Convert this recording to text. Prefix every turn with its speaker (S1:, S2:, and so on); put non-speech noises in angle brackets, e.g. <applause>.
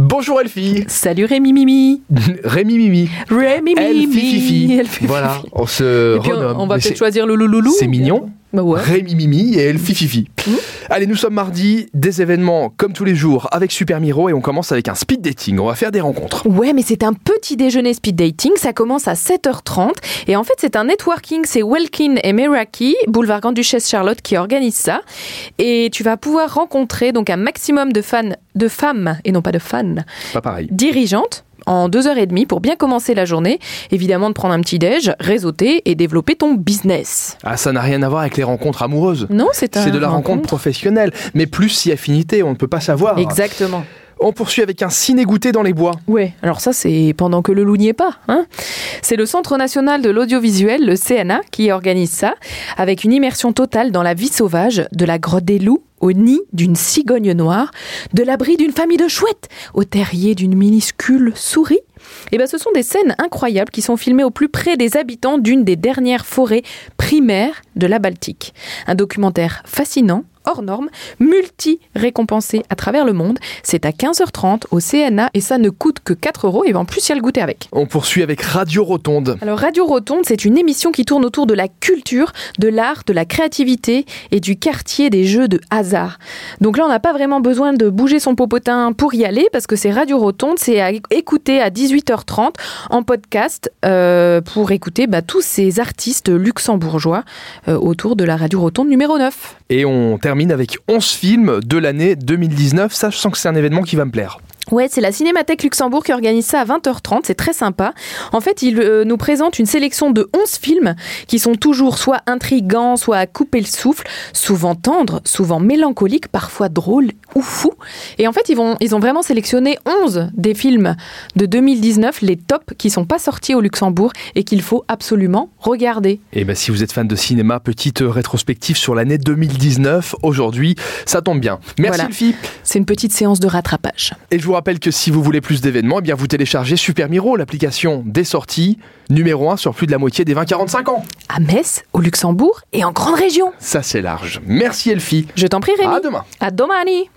S1: Bonjour Elfie <laughs>
S2: Salut Rémi Mimi
S1: Rémi Mimi
S2: Rémi
S1: Elfie
S2: Mimi
S1: Fifi
S2: Elfie
S1: Voilà,
S2: Fifi.
S1: on se
S2: Et puis on-
S1: renomme.
S2: on, va
S1: Mais
S2: peut-être
S1: c'est-
S2: choisir le louloulou.
S1: C'est mignon.
S2: Bah ouais.
S1: Rémi Mimi et Elfie Fifi.
S2: Mhm.
S1: Allez, nous sommes mardi, des événements comme tous les jours avec Super Miro et on commence avec un speed dating. On va faire des rencontres.
S3: Ouais, mais c'est un petit déjeuner speed dating. Ça commence à 7h30. Et en fait, c'est un networking. C'est Welkin et Meraki, boulevard Grand Duchesse Charlotte, qui organise ça. Et tu vas pouvoir rencontrer donc un maximum de fans, de femmes, et non pas de fans,
S1: Pas pareil.
S3: dirigeantes en deux heures et demie pour bien commencer la journée. Évidemment, de prendre un petit déj, réseauter et développer ton business.
S1: Ah, ça n'a rien à voir avec les rencontres amoureuses.
S3: Non, c'est un.
S1: C'est de la rencontre Ah. professionnelle, mais plus si affinité, on ne peut pas savoir.
S3: Exactement.
S1: On poursuit avec un ciné-goûter dans les bois.
S3: Ouais, alors ça c'est pendant que le loup n'y est pas. Hein c'est le Centre national de l'audiovisuel, le CNA, qui organise ça, avec une immersion totale dans la vie sauvage, de la grotte des loups au nid d'une cigogne noire, de l'abri d'une famille de chouettes, au terrier d'une minuscule souris. Et ben, ce sont des scènes incroyables qui sont filmées au plus près des habitants d'une des dernières forêts primaires de la Baltique. Un documentaire fascinant, hors norme, multi-récompensé à travers le monde. C'est à 15h30 au CNA et ça ne coûte que 4 euros et en plus il y a le goûter avec.
S1: On poursuit avec Radio Rotonde.
S3: Alors Radio Rotonde, c'est une émission qui tourne autour de la culture, de l'art, de la créativité et du quartier des jeux de hasard. Donc là, on n'a pas vraiment besoin de bouger son popotin pour y aller parce que c'est Radio Rotonde, c'est à écouter à 18h30 en podcast euh, pour écouter bah, tous ces artistes luxembourgeois euh, autour de la Radio Rotonde numéro 9.
S1: Et on termine avec 11 films de l'année 2019. Ça, je sens que c'est un événement qui va me plaire.
S3: Ouais, c'est la Cinémathèque Luxembourg qui organise ça à 20h30, c'est très sympa. En fait, ils euh, nous présentent une sélection de 11 films qui sont toujours soit intrigants, soit à couper le souffle, souvent tendres, souvent mélancoliques, parfois drôles ou fous. Et en fait, ils, vont, ils ont vraiment sélectionné 11 des films de 2019, les tops qui sont pas sortis au Luxembourg et qu'il faut absolument regarder.
S1: Et bien, Eh ben, si vous êtes fan de cinéma, petite euh, rétrospective sur l'année 2019. Aujourd'hui, ça tombe bien. Merci,
S3: Voilà.
S1: Elfie.
S3: C'est une petite séance de rattrapage.
S1: Et je vous rappelle que si vous voulez plus d'événements, eh bien vous téléchargez Super Miro, l'application des sorties, numéro 1 sur plus de la moitié des 20-45 ans.
S3: À Metz, au Luxembourg et en grande région.
S1: Ça c'est large. Merci Elfie.
S3: Je t'en prie Rémi.
S1: À demain.
S3: À domani.